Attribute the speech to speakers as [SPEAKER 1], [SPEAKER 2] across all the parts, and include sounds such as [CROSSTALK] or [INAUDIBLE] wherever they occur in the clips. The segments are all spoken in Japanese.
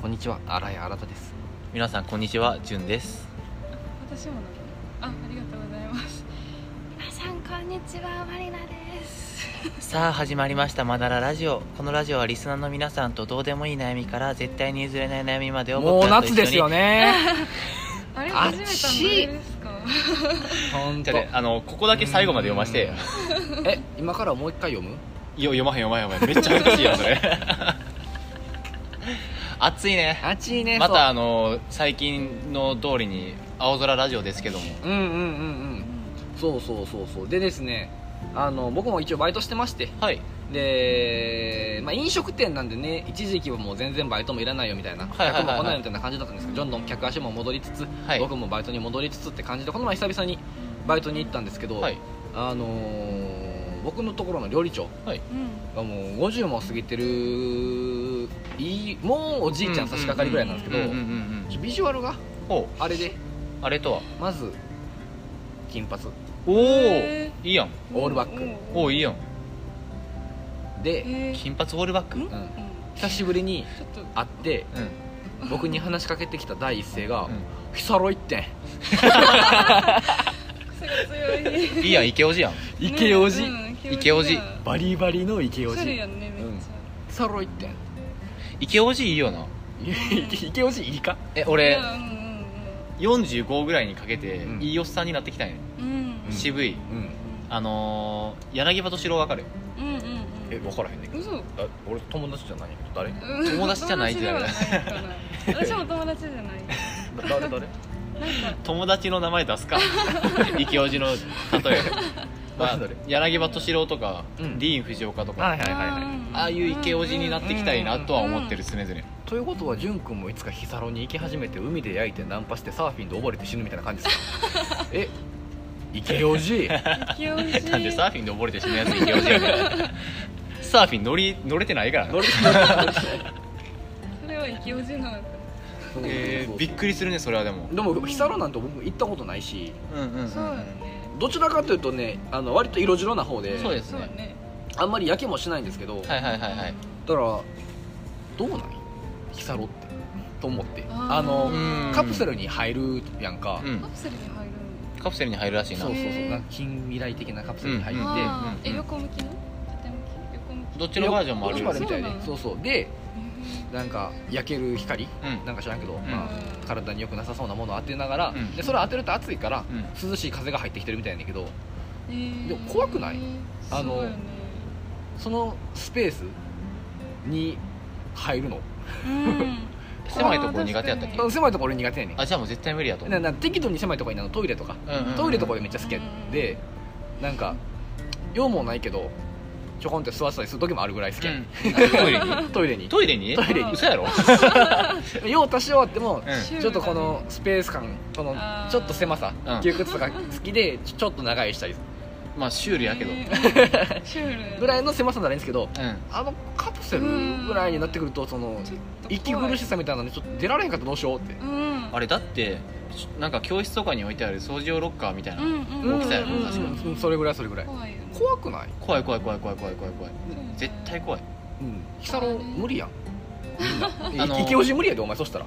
[SPEAKER 1] こんにちは新井新です
[SPEAKER 2] 皆さんこんにちはじゅんです
[SPEAKER 3] 私もなのあ、ありがとうございます。皆さんこんにちは、マリナです。
[SPEAKER 2] さあ始まりました「まだらラジオ」このラジオはリスナーの皆さんとどうでもいい悩みから絶対に譲れない悩みまでを
[SPEAKER 1] もう
[SPEAKER 2] 僕らと一緒
[SPEAKER 1] 夏
[SPEAKER 2] に
[SPEAKER 1] ですよ
[SPEAKER 2] [LAUGHS]
[SPEAKER 1] ね
[SPEAKER 3] あれ
[SPEAKER 1] あっ
[SPEAKER 3] 初め
[SPEAKER 1] ち
[SPEAKER 3] てのですか。
[SPEAKER 1] 本
[SPEAKER 2] じ
[SPEAKER 1] 当
[SPEAKER 2] ゃあねあのここだけ最後まで読ませて
[SPEAKER 1] う
[SPEAKER 2] よ
[SPEAKER 1] んえ今からもう一回読む
[SPEAKER 2] よ読まへん読まへん読まへんめっちゃ恥ずかしいやそれ [LAUGHS] 暑いね
[SPEAKER 1] 暑いね
[SPEAKER 2] またあの最近の通りに青空ラジオですけども
[SPEAKER 1] そううんうんうんうんそうそうそうそうでですねあの僕も一応バイトしてまして
[SPEAKER 2] はい
[SPEAKER 1] で、まあ、飲食店なんでね一時期はもう全然バイトもいらないよみたいな、
[SPEAKER 2] はいはいはいはい
[SPEAKER 1] 客も来ないよみたいな感じだったんですけどどんどん客足も戻りつつ、
[SPEAKER 2] はい
[SPEAKER 1] 僕もバイトに戻りつつって感じでこの前久々にバイトに行ったんですけど、
[SPEAKER 2] はい
[SPEAKER 1] あのー僕のところの料理長
[SPEAKER 3] うん。
[SPEAKER 1] がもう50も過ぎてるいいもうおじいちゃん差し掛かりぐらいなんですけど、
[SPEAKER 2] うんうんうん
[SPEAKER 1] ビジュアルが
[SPEAKER 2] うんほ
[SPEAKER 1] あれで
[SPEAKER 2] うあれとは
[SPEAKER 1] まず金髪
[SPEAKER 2] おお
[SPEAKER 3] へ
[SPEAKER 2] いいやん
[SPEAKER 1] オールバック
[SPEAKER 2] おおいい
[SPEAKER 3] よ。
[SPEAKER 2] やん
[SPEAKER 1] で、
[SPEAKER 3] えー
[SPEAKER 2] 金髪オールバック
[SPEAKER 3] うん
[SPEAKER 2] うん
[SPEAKER 1] う、
[SPEAKER 3] うんん
[SPEAKER 1] 久しぶりに
[SPEAKER 3] ちょっと。
[SPEAKER 1] 会って僕に話しかけてきた第一声が
[SPEAKER 2] う
[SPEAKER 1] 「ヒサロ行ってん
[SPEAKER 3] 癖が強い。
[SPEAKER 2] んいい [LAUGHS] やんイケオジやん
[SPEAKER 1] イケオジ
[SPEAKER 3] うん
[SPEAKER 2] イケオジ
[SPEAKER 1] バリバリのイケ
[SPEAKER 3] イケオジ
[SPEAKER 1] オ
[SPEAKER 3] だ。おしゃれ
[SPEAKER 1] ジ
[SPEAKER 3] やんね、めっち
[SPEAKER 1] ヒサロ行ってん
[SPEAKER 2] イケオジいいよな」
[SPEAKER 1] イケオジいいか
[SPEAKER 2] え
[SPEAKER 3] ゃ。
[SPEAKER 2] 俺
[SPEAKER 3] いやうん
[SPEAKER 2] 45ぐらいにかけて、
[SPEAKER 1] うん
[SPEAKER 2] いいおっさんになってきたんや、
[SPEAKER 3] うんうん。
[SPEAKER 1] うん
[SPEAKER 2] 渋い
[SPEAKER 1] うん
[SPEAKER 2] あのー、柳葉敏郎わかる
[SPEAKER 3] うんうん
[SPEAKER 1] え分からへんねん
[SPEAKER 3] うん。
[SPEAKER 1] け
[SPEAKER 3] 嘘。
[SPEAKER 1] ど俺友達じゃないけど誰
[SPEAKER 3] うん
[SPEAKER 2] 友達じゃないって
[SPEAKER 3] 友
[SPEAKER 2] なる
[SPEAKER 3] 達ではないかな。私も友達じゃない。
[SPEAKER 1] 誰誰
[SPEAKER 3] なんか
[SPEAKER 2] 友達の名前出す [LAUGHS] かイケオジの [LAUGHS] 例え、まあ
[SPEAKER 1] 誰誰、
[SPEAKER 2] 柳葉敏郎とか、
[SPEAKER 1] うん
[SPEAKER 2] ディーン・藤岡とか、
[SPEAKER 1] はいはいはいはい
[SPEAKER 3] ん
[SPEAKER 2] ああいうイケオジになってきたいなとは思ってる常々、
[SPEAKER 1] ということは潤君もいつかヒサロに行き始めて海で焼いてナンパしてサーフィンで溺れて死ぬみたいな感じです
[SPEAKER 3] [LAUGHS]
[SPEAKER 1] かえイケオジ
[SPEAKER 3] イケオジ
[SPEAKER 2] [LAUGHS] なんでサーフィンで溺れて死ぬやつイケオジやねんサーフィン乗り乗れてないからな
[SPEAKER 1] 乗り
[SPEAKER 3] それはイケオジなのか
[SPEAKER 2] えーびっくりするねそれはでも
[SPEAKER 1] でもヒサロなんて僕行ったことないし
[SPEAKER 2] うんうんうん、うん、
[SPEAKER 3] そうだね
[SPEAKER 1] どちらかというとねあの割と色白な方で
[SPEAKER 2] そうです
[SPEAKER 3] そう
[SPEAKER 2] ね
[SPEAKER 3] ね
[SPEAKER 1] あんまり焼けもしないんですけど、
[SPEAKER 2] はいはいはいはい
[SPEAKER 1] だからどうなんヒサロってと思って
[SPEAKER 3] あー
[SPEAKER 1] あの
[SPEAKER 2] うん
[SPEAKER 1] カプセルに入るやんか、
[SPEAKER 2] うん
[SPEAKER 3] カプセルに入る
[SPEAKER 2] カプセルに入るらしいな
[SPEAKER 1] そうそうそう
[SPEAKER 3] へー
[SPEAKER 1] なんか近未来的なカプセルに入って、
[SPEAKER 2] うん
[SPEAKER 3] のあー
[SPEAKER 2] うん
[SPEAKER 3] え横向きの縦向き横向き
[SPEAKER 2] どっちのバージョンもあるよ
[SPEAKER 1] よみたいで
[SPEAKER 3] そ
[SPEAKER 1] そううそうでなんか焼ける光
[SPEAKER 2] うん
[SPEAKER 1] なんか知らんけど、
[SPEAKER 2] ん
[SPEAKER 1] まあ、体に良くなさそうなものを当てながら、
[SPEAKER 2] うん
[SPEAKER 1] でそれ当てると暑いから、
[SPEAKER 2] うん
[SPEAKER 1] 涼しい風が入ってきてるみたいやねんだけど
[SPEAKER 3] えー
[SPEAKER 1] でも怖くないあの
[SPEAKER 3] そうよね
[SPEAKER 1] そのスペースに入るの
[SPEAKER 2] 狭いところ苦手やったっけ
[SPEAKER 3] あー
[SPEAKER 1] 狭いところ俺苦手やねん
[SPEAKER 2] あじゃあもう絶対無理やと思
[SPEAKER 1] な
[SPEAKER 2] う
[SPEAKER 1] な適度に狭いところにあのトイレとか、
[SPEAKER 2] うんうん
[SPEAKER 1] トイレとか俺めっちゃ好きやでなんか用もないけどちょこんって座ってたりする時もあるぐらい好きやねん、
[SPEAKER 2] トイレに
[SPEAKER 1] トイレに
[SPEAKER 2] トイレに
[SPEAKER 1] トイレ
[SPEAKER 3] に
[SPEAKER 1] [LAUGHS]
[SPEAKER 2] 嘘やろ、
[SPEAKER 1] 用足し終わっても、
[SPEAKER 2] うん
[SPEAKER 3] シュールだね
[SPEAKER 1] ちょっとこのスペース感この
[SPEAKER 3] あー
[SPEAKER 1] ちょっと狭さ、
[SPEAKER 2] うん
[SPEAKER 1] 窮屈さが好きでちょちょっと長いしたり
[SPEAKER 2] まあシュールやけど、
[SPEAKER 3] えーシュールやね
[SPEAKER 1] ぐらいの狭さならいいんですけどあのカプセル
[SPEAKER 3] うん
[SPEAKER 1] ぐらいになってくるとその
[SPEAKER 3] ちょっと怖い
[SPEAKER 1] 息苦しさみたいなのでちょっと出られへんかったらどうしようって
[SPEAKER 3] う
[SPEAKER 2] うんんあれだってしなんか教室とかに置いてある掃除用ロッカーみたいな、
[SPEAKER 3] うんうん
[SPEAKER 2] 大きさやろ
[SPEAKER 3] うんうん
[SPEAKER 2] 確か
[SPEAKER 1] うんそれぐらいそれぐらい
[SPEAKER 3] 怖いよね
[SPEAKER 1] 怖くない
[SPEAKER 2] 怖い怖い怖い怖い怖い怖い怖い絶対怖い
[SPEAKER 1] うんヒサロ無理やんみんな
[SPEAKER 2] あのー
[SPEAKER 1] イケオジ無理やでお前そしたら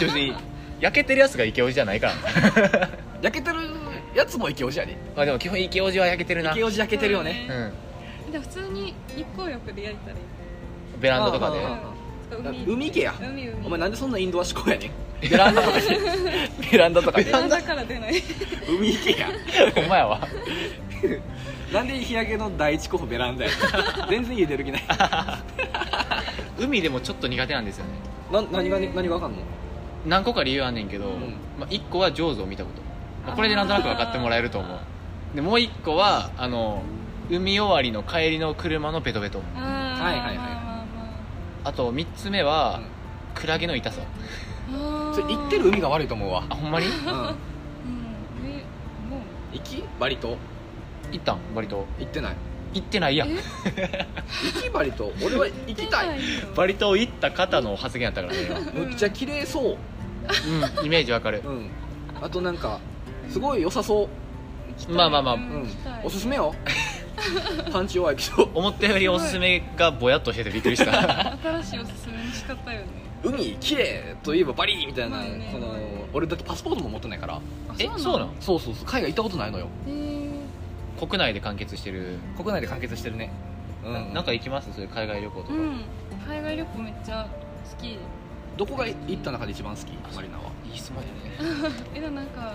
[SPEAKER 2] 別に焼けてるやつがイケオジじゃないからね
[SPEAKER 1] 焼けてるやつもイケオジやでイ
[SPEAKER 2] まあでも基本イケオジは焼けてるな
[SPEAKER 1] ケオジ焼けてるよね
[SPEAKER 2] うん
[SPEAKER 3] でも普通に日光浴で焼いたり
[SPEAKER 2] ベランダとか
[SPEAKER 1] あ
[SPEAKER 2] で
[SPEAKER 1] ーあ
[SPEAKER 3] うん
[SPEAKER 1] 海系や
[SPEAKER 3] 海海
[SPEAKER 1] お前なんでそんなインドア思考やねん
[SPEAKER 2] ベランダとかで
[SPEAKER 1] ベランダとか
[SPEAKER 3] ベ
[SPEAKER 1] で
[SPEAKER 3] ランダから出
[SPEAKER 1] [LAUGHS]
[SPEAKER 3] ない
[SPEAKER 1] 海行けや
[SPEAKER 2] お前は
[SPEAKER 1] なんで日焼けの第一候補ベランダやねん全然家出る気ない
[SPEAKER 2] 海でもちょっと苦手なんですよね
[SPEAKER 1] な何が何がわかんの
[SPEAKER 2] 何個か理由あんねんけど、
[SPEAKER 1] ん
[SPEAKER 2] まあ、1個はジョーズを見たこと、まあこれでなんとなく分かってもらえると思うでもう1個はあの海終わりの帰りの車のベトベト
[SPEAKER 3] はい
[SPEAKER 1] はいはい
[SPEAKER 2] あと3つ目は、クラゲの痛さ
[SPEAKER 1] それ行ってる海が悪いと思うわ
[SPEAKER 2] あほんまに
[SPEAKER 1] うん
[SPEAKER 3] うんえもう
[SPEAKER 1] 行きバリ島
[SPEAKER 2] 行ったん割と
[SPEAKER 1] 行ってない
[SPEAKER 2] 行ってないやん
[SPEAKER 3] え
[SPEAKER 1] 行きバリ島俺は行きたい
[SPEAKER 2] バリ島行った方の発言やったからね
[SPEAKER 1] むっちゃ綺麗そう
[SPEAKER 2] 今うんイメージわかる
[SPEAKER 1] うんあとなんかすごい良さそう
[SPEAKER 2] まあまあまあ
[SPEAKER 1] うんおすすめよパンチ弱いけど
[SPEAKER 3] [LAUGHS]
[SPEAKER 2] 思ったよりおすすめがぼやっとしててびっくりした
[SPEAKER 3] 新しいおすすめの仕方よね
[SPEAKER 1] 海綺麗といえばバリーみたいな、
[SPEAKER 3] まあね
[SPEAKER 1] その
[SPEAKER 3] まあね
[SPEAKER 1] 俺だってパスポートも持ってないから
[SPEAKER 2] えそうなの
[SPEAKER 1] そうそうそう海外行ったことないのよ
[SPEAKER 3] えー
[SPEAKER 2] 国内で完結してる、
[SPEAKER 1] 国内で完結してるねう
[SPEAKER 2] ななんか行きますそういう海外旅行とか、
[SPEAKER 3] うん海外旅行めっちゃ好き
[SPEAKER 1] どこが行った中で一番好きマリナはい
[SPEAKER 2] い質問やね
[SPEAKER 3] えでもなんか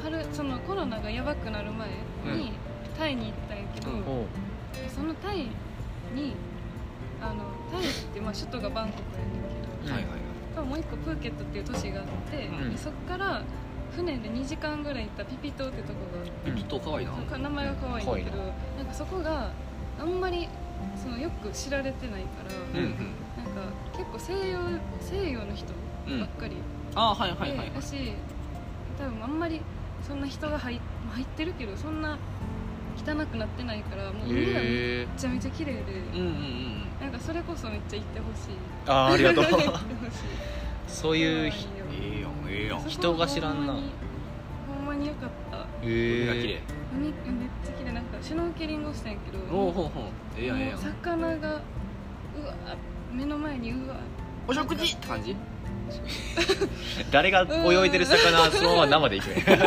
[SPEAKER 3] 春そのコロナがやばくなる前に、タイに行ったんやけど、
[SPEAKER 1] うん
[SPEAKER 2] おう
[SPEAKER 3] そのタイにあのタイってまあ首都がバンコクやねんけど
[SPEAKER 1] は
[SPEAKER 2] うん
[SPEAKER 1] いはい
[SPEAKER 3] 多分もう一個プーケットっていう都市があって、
[SPEAKER 1] うん
[SPEAKER 3] でそこから船で2時間ぐらい行ったピピ島ってとこがあって
[SPEAKER 1] ピピ島可愛いな
[SPEAKER 3] そのか名前が可愛いんだけど
[SPEAKER 2] 可
[SPEAKER 3] なんかそこがあんまりそのよく知られてないから、
[SPEAKER 1] うん
[SPEAKER 3] なんか結構西洋西洋の人
[SPEAKER 1] うんうん
[SPEAKER 3] ばっかり
[SPEAKER 1] ああはいは
[SPEAKER 3] で、
[SPEAKER 1] いはい
[SPEAKER 3] だし多分あんまりそんな人が入っ入ってるけどそんな汚くなってないからもう海がめ
[SPEAKER 1] へえ
[SPEAKER 3] ちゃめちゃ綺麗で、
[SPEAKER 1] うんうんうん
[SPEAKER 3] なんかそれこそめっちゃ行ってほしい
[SPEAKER 2] あーありが [LAUGHS] とう
[SPEAKER 3] 行ってほしい
[SPEAKER 2] そういうひ
[SPEAKER 3] [LAUGHS] そうなんよ
[SPEAKER 1] ええやんええやん
[SPEAKER 3] そこ
[SPEAKER 2] 人が知らんな
[SPEAKER 3] ほんまにほんまによかった
[SPEAKER 1] 海が
[SPEAKER 2] え
[SPEAKER 1] 綺
[SPEAKER 2] ー
[SPEAKER 1] 麗
[SPEAKER 3] 海めっちゃ綺麗なんかシュノーケリングをしたんやけど
[SPEAKER 1] おおほうほうええやんええやん
[SPEAKER 3] 魚がうわ目の前
[SPEAKER 1] [LAUGHS]
[SPEAKER 3] にうわ
[SPEAKER 1] お食事って感じ
[SPEAKER 2] 誰が泳いでる [LAUGHS] 魚そのまま生で行くね
[SPEAKER 3] だか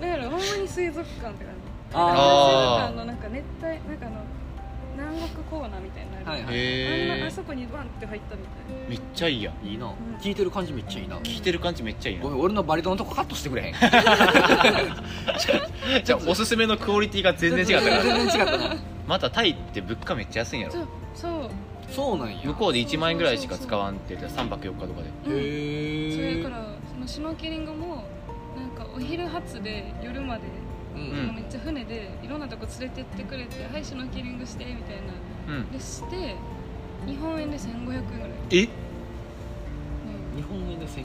[SPEAKER 3] らほんまに水族館って感じ
[SPEAKER 2] あー
[SPEAKER 3] 水族館のなんか熱帯なんかあの南国コーナーみたいなのあ
[SPEAKER 1] は
[SPEAKER 3] る
[SPEAKER 1] いはい
[SPEAKER 3] あんな
[SPEAKER 2] へ
[SPEAKER 3] あ
[SPEAKER 2] え
[SPEAKER 3] そこにバンって入ったみたい
[SPEAKER 2] めっちゃいいやん
[SPEAKER 1] いいなん聞いてる感じめっちゃいいな
[SPEAKER 2] 聞いてる感じめっちゃいい
[SPEAKER 1] ご
[SPEAKER 2] な
[SPEAKER 1] めん俺のバリトンのとこカットしてくれへん
[SPEAKER 2] じゃあおすすめのクオリティが全然違ったから
[SPEAKER 1] 全然違ったな
[SPEAKER 2] [LAUGHS] またタイって物価めっちゃ安いんや
[SPEAKER 3] な
[SPEAKER 2] ろ
[SPEAKER 3] そうそう
[SPEAKER 1] そうなんや
[SPEAKER 2] 向こうで1万円ぐらいしか使わんって言って3泊4日とかで
[SPEAKER 3] うん
[SPEAKER 1] へえ
[SPEAKER 3] それからそのシュノーケリングもなんかお昼発で夜まで
[SPEAKER 1] う
[SPEAKER 2] うん
[SPEAKER 1] ん
[SPEAKER 3] めっちゃ船でいろんなとこ連れてってくれて「はいシュノーケリングして」みたいな
[SPEAKER 2] うん
[SPEAKER 3] でして日本円で1500円ぐらい、
[SPEAKER 2] え
[SPEAKER 3] うん
[SPEAKER 1] 日本円で1500円
[SPEAKER 3] うんう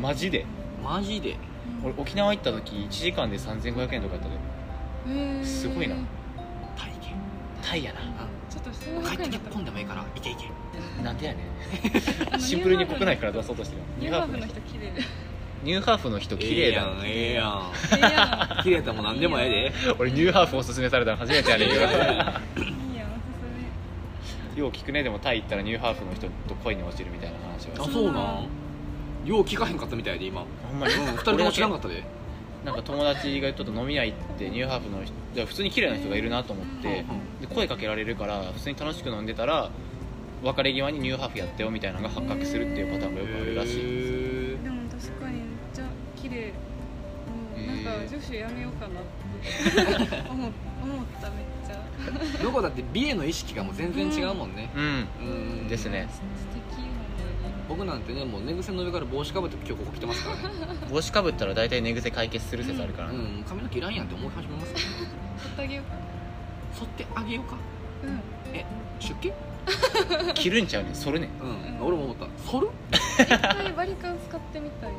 [SPEAKER 3] ん
[SPEAKER 2] マジで
[SPEAKER 1] マジで
[SPEAKER 2] 俺沖縄行った時1時間で3500円とかやったで
[SPEAKER 3] へー
[SPEAKER 2] すごいな
[SPEAKER 1] 体験
[SPEAKER 2] タイやな
[SPEAKER 3] ちょっと
[SPEAKER 1] 帰っ
[SPEAKER 3] 1500
[SPEAKER 1] て
[SPEAKER 3] 円
[SPEAKER 1] 日
[SPEAKER 3] だっ
[SPEAKER 1] 本でもいいから行け行け
[SPEAKER 2] なんでやね
[SPEAKER 3] た
[SPEAKER 2] ん [LAUGHS] シンプルに国内から出そうとしてる
[SPEAKER 3] ニューハーフの人綺麗
[SPEAKER 2] ニューハーフの人綺麗だな
[SPEAKER 1] ええやんえ
[SPEAKER 3] [LAUGHS] ええや
[SPEAKER 1] えやん綺麗だもん何でもええで
[SPEAKER 2] 俺ニューハーフおすすめされたの初めてやねんけ
[SPEAKER 3] んいいやんおすす
[SPEAKER 2] どよう聞くねでもタイ行ったらニューハーフの人と恋に落ちるみたいな話
[SPEAKER 1] あ
[SPEAKER 2] は
[SPEAKER 1] そうなんよう聞かへんかったみたいで今うん
[SPEAKER 2] ほんまに
[SPEAKER 1] 2人とも知らんかったで
[SPEAKER 2] なんか友達がちょっと飲み屋行ってニューハーフの人いや普通に綺麗な人がいるなと思ってで声かけられるから普通に楽しく飲んでたら別れ際にニューハーフやってよみたいなのが発覚するっていうパターンがよくあるらしい
[SPEAKER 1] へえ
[SPEAKER 3] めでも確かにめっちゃ綺麗もうなんか
[SPEAKER 2] へー
[SPEAKER 3] 女子やめようかなって思思っためっちゃ
[SPEAKER 1] どこだって美への意識がもう全然違うもんね
[SPEAKER 2] うん
[SPEAKER 1] うん
[SPEAKER 2] ですね
[SPEAKER 3] 素敵ほ
[SPEAKER 2] [LAUGHS]
[SPEAKER 3] んま
[SPEAKER 1] 僕
[SPEAKER 3] に
[SPEAKER 1] なんてねもう寝癖の上から帽子かぶって今日ここ来てますからね
[SPEAKER 2] 帽子かぶったら大体寝癖解決する説あるから
[SPEAKER 1] う
[SPEAKER 2] ね、
[SPEAKER 1] ん髪の毛いらんやんって思い始めますよ
[SPEAKER 3] 買ってあげようか
[SPEAKER 1] 剃ってあげようか
[SPEAKER 3] うん
[SPEAKER 1] 出家
[SPEAKER 2] 着るんちゃうねん
[SPEAKER 1] [LAUGHS]
[SPEAKER 2] それねん
[SPEAKER 1] うん俺も思った剃る
[SPEAKER 3] 一回バリカン使ってみたいよ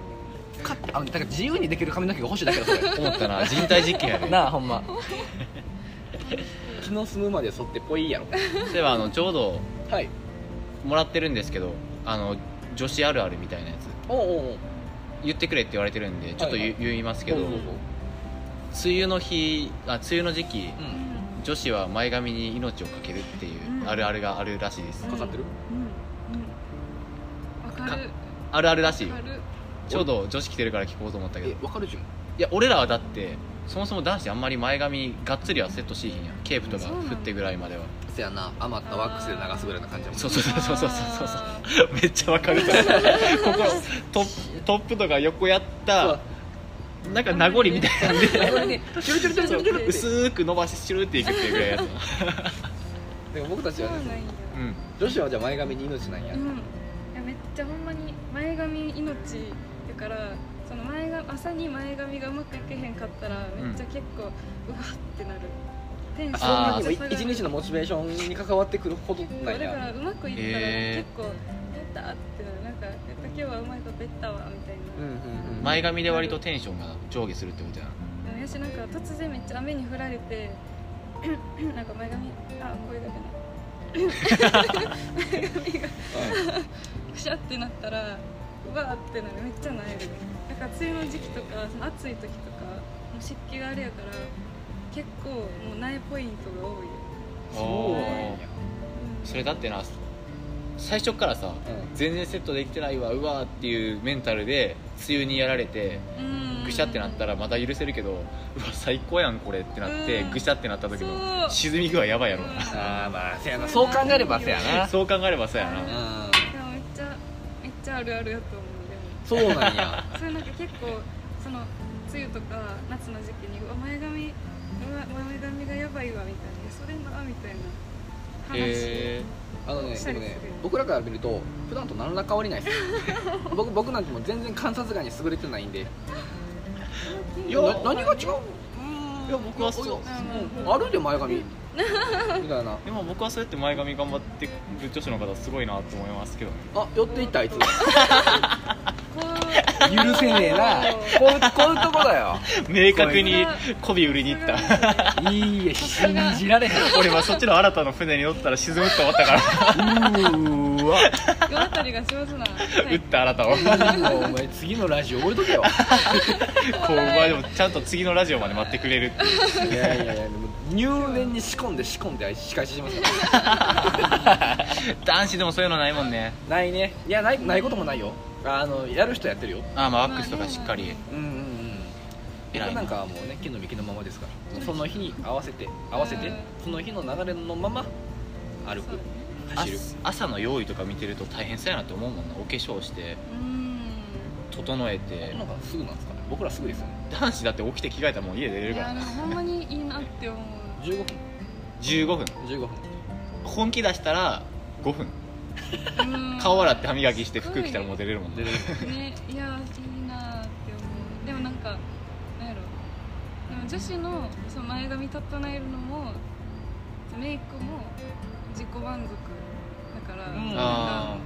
[SPEAKER 1] かあのだから自由にできる髪の毛が欲しいだけだそれ
[SPEAKER 2] 思ったな人体実験や [LAUGHS] で
[SPEAKER 1] なあほんま [LAUGHS] 気の済むまで剃ってぽいやろ
[SPEAKER 2] そういえばあのちょうど
[SPEAKER 1] はい
[SPEAKER 2] もらってるんですけどあの女子あるあるみたいなやつ
[SPEAKER 1] おうおうおう
[SPEAKER 2] 言ってくれって言われてるんでちょっと
[SPEAKER 1] は
[SPEAKER 2] 言,、
[SPEAKER 1] いはい
[SPEAKER 2] 言いますけど、
[SPEAKER 1] おうおう
[SPEAKER 2] 梅雨の日あ梅雨の時期
[SPEAKER 1] おうう
[SPEAKER 3] うんん
[SPEAKER 2] 女子は前髪に命をかけるっていう
[SPEAKER 3] うん
[SPEAKER 2] あるあるがあるらしいです、
[SPEAKER 1] かかってる
[SPEAKER 3] うんうんわかる
[SPEAKER 2] あるあるらしい
[SPEAKER 3] わかる
[SPEAKER 2] ちょうど女子着てるから聞こうと思ったけ
[SPEAKER 1] え
[SPEAKER 2] どい
[SPEAKER 1] わかるじゅん
[SPEAKER 2] や俺らはだってそもそも男子あんまり前髪がっつりはセットしいひんやんケープとか
[SPEAKER 3] そうなんだ
[SPEAKER 2] 振ってぐらいまでは
[SPEAKER 1] せやな余ったワックスで流すぐらいな感じやもん
[SPEAKER 2] そうそうそうそうそうそうそう
[SPEAKER 3] あ
[SPEAKER 2] めっちゃわか
[SPEAKER 3] [LAUGHS]
[SPEAKER 2] るここトップトップとか横やったなんか名残み
[SPEAKER 3] [LAUGHS]
[SPEAKER 2] たいなんで
[SPEAKER 1] そ
[SPEAKER 2] [LAUGHS]
[SPEAKER 1] れでチュルチュルチュルチュルチュルって
[SPEAKER 2] 薄く伸ばしてシュルっていくっていうぐらいやつ
[SPEAKER 1] でも僕た
[SPEAKER 3] ーそ
[SPEAKER 1] ち
[SPEAKER 3] う
[SPEAKER 1] は
[SPEAKER 3] な
[SPEAKER 1] ね
[SPEAKER 3] んや
[SPEAKER 2] うん
[SPEAKER 1] 女子はじゃあ前髪に命なんや
[SPEAKER 3] うんいやめっちゃほんまに前髪命だからその前が朝に前髪がうまくいけへんかったらめっちゃ結構うわってなるテンシ
[SPEAKER 1] そん
[SPEAKER 3] ョ
[SPEAKER 1] な
[SPEAKER 3] ン
[SPEAKER 1] にも
[SPEAKER 3] めっ
[SPEAKER 1] い
[SPEAKER 3] ちゃ下がる
[SPEAKER 1] 一日のモチベーションに関わってくるほど
[SPEAKER 3] 結構
[SPEAKER 1] な
[SPEAKER 3] だ
[SPEAKER 1] ん
[SPEAKER 3] か
[SPEAKER 1] や
[SPEAKER 3] らうまくいったら
[SPEAKER 2] へー
[SPEAKER 3] 結構やったってなるなんかやった今日はうまいこといったわみたい
[SPEAKER 1] うん
[SPEAKER 3] な
[SPEAKER 1] うんうん
[SPEAKER 2] 前髪で割とテンションが上下するってことやな
[SPEAKER 3] でもやしなんか突然めっちゃ雨に降られて [CLEARS THROAT] なんか前髪あ声
[SPEAKER 1] [LAUGHS]
[SPEAKER 3] だけな [LAUGHS] 前髪がくしゃってなったらうわーってなるめっちゃなえるなんか梅雨の時期とかその暑い時とかもう湿気があれやから結構もう苗ポイントが多いよ、
[SPEAKER 1] そうなんや
[SPEAKER 3] うん
[SPEAKER 2] それだってな最初からさ全然セットできてないわうわーっていうメンタルで梅雨にやられて
[SPEAKER 3] うん
[SPEAKER 2] ぐしゃってなったらまた許せるけどうわ最高やんこれってなって
[SPEAKER 3] うん
[SPEAKER 2] ぐしゃってなった時
[SPEAKER 3] そ
[SPEAKER 2] の
[SPEAKER 3] う
[SPEAKER 2] 沈み具合やばいやろな
[SPEAKER 1] ああまあせやなそう考えればせやな
[SPEAKER 2] [LAUGHS] そう考えればそうや
[SPEAKER 1] う
[SPEAKER 2] なん
[SPEAKER 3] でもめっちゃめっちゃあるあるやと思うで
[SPEAKER 1] そ
[SPEAKER 3] も
[SPEAKER 1] うなんや
[SPEAKER 3] それなんか結構その梅雨とか夏の時期にうわ前髪うわ前髪がやばいわみたいなそれなみたいな話、
[SPEAKER 2] へ
[SPEAKER 1] あのねでもね僕らから見ると普段と何ら変わり
[SPEAKER 2] [LAUGHS]
[SPEAKER 1] ないですよ僕僕なんてもう全然観察眼に優れてないんで
[SPEAKER 2] い
[SPEAKER 1] な
[SPEAKER 2] や
[SPEAKER 1] 何が違う
[SPEAKER 3] う
[SPEAKER 1] い
[SPEAKER 2] いや僕はそう
[SPEAKER 1] うんあるで
[SPEAKER 2] [LAUGHS]
[SPEAKER 1] 前髪みたいな
[SPEAKER 2] ーでも僕はそうやって前髪頑張ってる女子の方すごいなと思いますけ
[SPEAKER 3] [LAUGHS]
[SPEAKER 2] どね
[SPEAKER 1] あ寄っていったあいつ
[SPEAKER 3] こ
[SPEAKER 1] 許せねえ
[SPEAKER 2] [LAUGHS]
[SPEAKER 1] なこういうこういうとこだよ
[SPEAKER 2] 明確に媚び売りに行った
[SPEAKER 1] いいえ信じられへんう
[SPEAKER 2] 俺はそっちの新たな船に乗ったら沈むって思ったから
[SPEAKER 1] ーわ
[SPEAKER 3] う夜あたりが上手な、は
[SPEAKER 2] 打っ
[SPEAKER 3] い、
[SPEAKER 2] た新たを
[SPEAKER 1] もうお前次のラジオ俺とけよ
[SPEAKER 2] こうまあでもちゃんと次のラジオまで待ってくれるっていう
[SPEAKER 1] いやいやいやでも入念に仕込んで仕込んで仕返ししますから
[SPEAKER 2] [LAUGHS] 男子でもそういうのないもんね
[SPEAKER 1] ないねいやないないこともないよあのやる人やってるよ
[SPEAKER 2] ああまあワックスとかしっかり
[SPEAKER 1] うんうんうん僕
[SPEAKER 2] 偉い
[SPEAKER 1] な
[SPEAKER 2] な
[SPEAKER 1] んかはもうね木の幹のままですからその日に合わせて合わせて
[SPEAKER 3] うん
[SPEAKER 1] その日の流れのまま歩
[SPEAKER 3] そう
[SPEAKER 1] く
[SPEAKER 3] ね
[SPEAKER 2] あ
[SPEAKER 1] 走る
[SPEAKER 2] 朝の用意とか見てると大変そうやなって思うもんなお化粧して
[SPEAKER 3] うん
[SPEAKER 2] 整えて
[SPEAKER 1] なんかすぐなんですかね僕らすぐですよね
[SPEAKER 2] 男子だって起きて着替えたらもう家出れる
[SPEAKER 3] い
[SPEAKER 2] か
[SPEAKER 3] や
[SPEAKER 2] ら
[SPEAKER 3] でもほんまにいいなって思う
[SPEAKER 1] 15分
[SPEAKER 2] 15分
[SPEAKER 1] 15分
[SPEAKER 2] 本気出したら5分
[SPEAKER 3] うん
[SPEAKER 2] [LAUGHS] 顔洗って歯磨きして服着たらもう出れるもんね
[SPEAKER 1] で
[SPEAKER 3] ねいやいいなって思うでもなんかなんやろでも女子のその前髪整えるのもメイクも自己満足だから、
[SPEAKER 1] うん
[SPEAKER 2] あ
[SPEAKER 3] なんか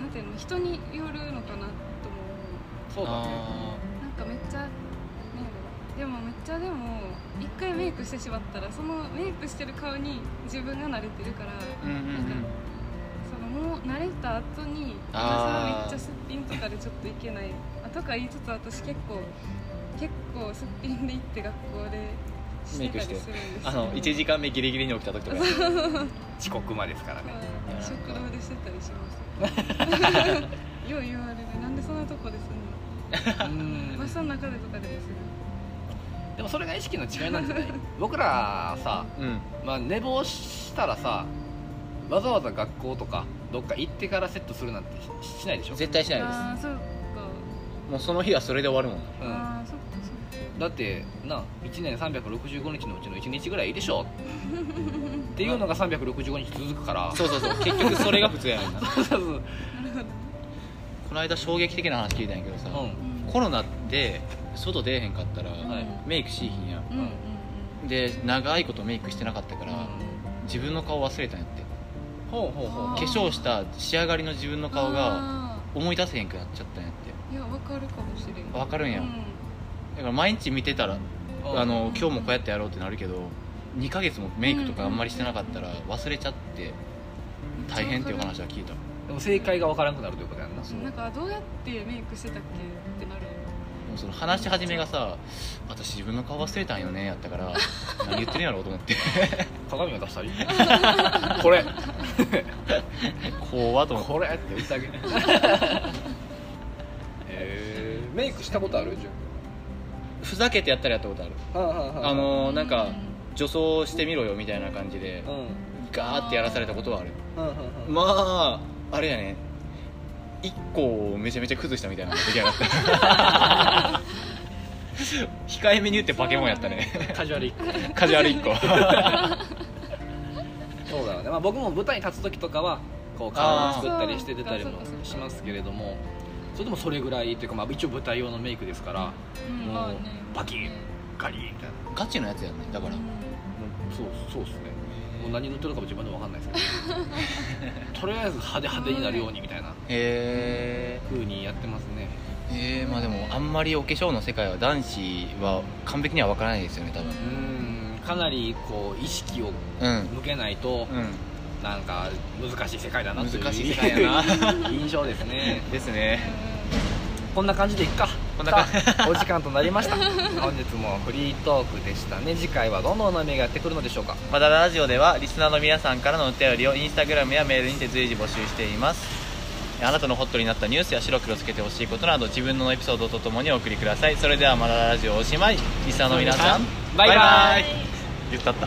[SPEAKER 3] なんていうの人によるのかなとも
[SPEAKER 1] そうだね
[SPEAKER 2] あ
[SPEAKER 3] 思うなんかめっちゃなんやろでもめっちゃでも一回メイクしてしまったらそのメイクしてる顔に自分が慣れてるから
[SPEAKER 2] ーうんうんうん
[SPEAKER 3] そのもう慣れた後に私はめ
[SPEAKER 2] あー
[SPEAKER 3] っちゃすっぴんとかでちょっといけないあとか言いつつ私結構結構すっぴんで行って学校でしてたりするんですけど
[SPEAKER 2] あの1時間目ギリギリに起きた時とか
[SPEAKER 1] 遅刻までですからね
[SPEAKER 3] はい食堂でしてたりします
[SPEAKER 2] [LAUGHS]
[SPEAKER 3] よう言われるなんでそんなとこですん
[SPEAKER 1] うん
[SPEAKER 3] のバスの中でとかでもする
[SPEAKER 1] でもそれが意識の違いなんじゃない僕らさ
[SPEAKER 2] うん
[SPEAKER 1] まあ寝坊したらさわざわざ学校とかどっか行ってからセットするなんてししないでしょ
[SPEAKER 2] 絶対しないです
[SPEAKER 3] ああそうか
[SPEAKER 2] もうその日はそれで終わるもん
[SPEAKER 1] うん
[SPEAKER 3] ああそっかそっ
[SPEAKER 1] だってな1年365日のうちの1日ぐらいいいでし [LAUGHS] ょっていうのが365日続くから
[SPEAKER 2] そうそうそう結局それが普通やねんな
[SPEAKER 1] そう [LAUGHS] そうそう
[SPEAKER 3] かなるほど
[SPEAKER 2] この間衝撃的な話聞いたんやけどさ、
[SPEAKER 1] うん
[SPEAKER 2] コロナで外出えへんかったら、
[SPEAKER 1] はい
[SPEAKER 2] メイクしいひんやん
[SPEAKER 3] うんうんうん
[SPEAKER 2] で長いことメイクしてなかったから、自分の顔忘れたんやって
[SPEAKER 1] ほうほうほ
[SPEAKER 3] あ
[SPEAKER 1] う
[SPEAKER 2] 化
[SPEAKER 3] ー
[SPEAKER 2] 粧した仕上がりの自分の顔が
[SPEAKER 3] あ
[SPEAKER 2] 思い出せへんくなっちゃったんやっ
[SPEAKER 3] ーいやわかるかもしれ
[SPEAKER 2] て
[SPEAKER 3] ん
[SPEAKER 2] わかるんや、
[SPEAKER 3] う
[SPEAKER 2] だから毎日見てたら、
[SPEAKER 1] うん
[SPEAKER 2] あの今日もこうやってやろうってなるけど2ヶ月もメイクとかあんまりしてなかったら忘れちゃって大変っていう話は聞いた
[SPEAKER 1] でも正解がわからなくなるということやんな
[SPEAKER 3] なんかどうやってメイクしてたっけってなる
[SPEAKER 2] もうその話し始めがさ「私自分の顔忘れたんよね」やったから何言ってるんやろうと思って
[SPEAKER 1] 鏡を出したり [LAUGHS] これ
[SPEAKER 2] 怖っと思って
[SPEAKER 1] これって言ってあ [LAUGHS] げるえーメイクしたことあるじ
[SPEAKER 2] ふざけてやったらやったことある
[SPEAKER 1] ゃんはあはは
[SPEAKER 2] あのーなんか女装してみろよみたいな感じで
[SPEAKER 1] うん
[SPEAKER 2] ガーってやらされたことはある
[SPEAKER 1] はあはあは
[SPEAKER 2] まああれやね1個をめちゃめちゃ崩したみたいなのが出来上がった [LAUGHS] 控えめに言ってバケモンやったね
[SPEAKER 1] あカジュアル一個
[SPEAKER 2] カジュアル1個
[SPEAKER 1] そうだよね、まあ、僕も舞台に立つ時とかはこう顔を作ったりして
[SPEAKER 3] あー
[SPEAKER 1] 出たりも
[SPEAKER 3] そうか
[SPEAKER 1] しますけれどもそれでもそれぐらいというか、まあ、一応舞台用のメイクですから
[SPEAKER 3] うん
[SPEAKER 1] もう
[SPEAKER 3] まあね
[SPEAKER 1] バキッガリみたいな
[SPEAKER 2] [LAUGHS] ガチのやつやねだから
[SPEAKER 3] う
[SPEAKER 1] そうそうですねもう何塗ってるかも自分でも分かんないですけどとりあえず派手派手になるようにみたいな
[SPEAKER 2] へ
[SPEAKER 1] 風にやってますね
[SPEAKER 2] えへえまあでもあんまりお化粧の世界は男子は完璧には分からないですよね多分
[SPEAKER 1] うんかなりこう意識を
[SPEAKER 2] うん
[SPEAKER 1] 向けないとなんか難しい世界だなという [LAUGHS]
[SPEAKER 2] 難しい世界やな
[SPEAKER 1] 印象ですね
[SPEAKER 2] ですね
[SPEAKER 3] ん
[SPEAKER 1] こんな感じでいっか
[SPEAKER 2] こんな
[SPEAKER 1] さ
[SPEAKER 2] 感じ
[SPEAKER 1] あお時間となりました本日もフリートークでしたね次回はどのお悩みがやってくるのでしょうか
[SPEAKER 2] またラジオではリスナーの皆さんからのお便りをインスタグラムやメールにて随時募集していますあなたのホットになったニュースや白黒つけてほしいことなど自分のエピソードとともにお送りくださいそれではまだラジオおしまいリスナーの皆さん
[SPEAKER 1] バイバイ
[SPEAKER 2] 言ったった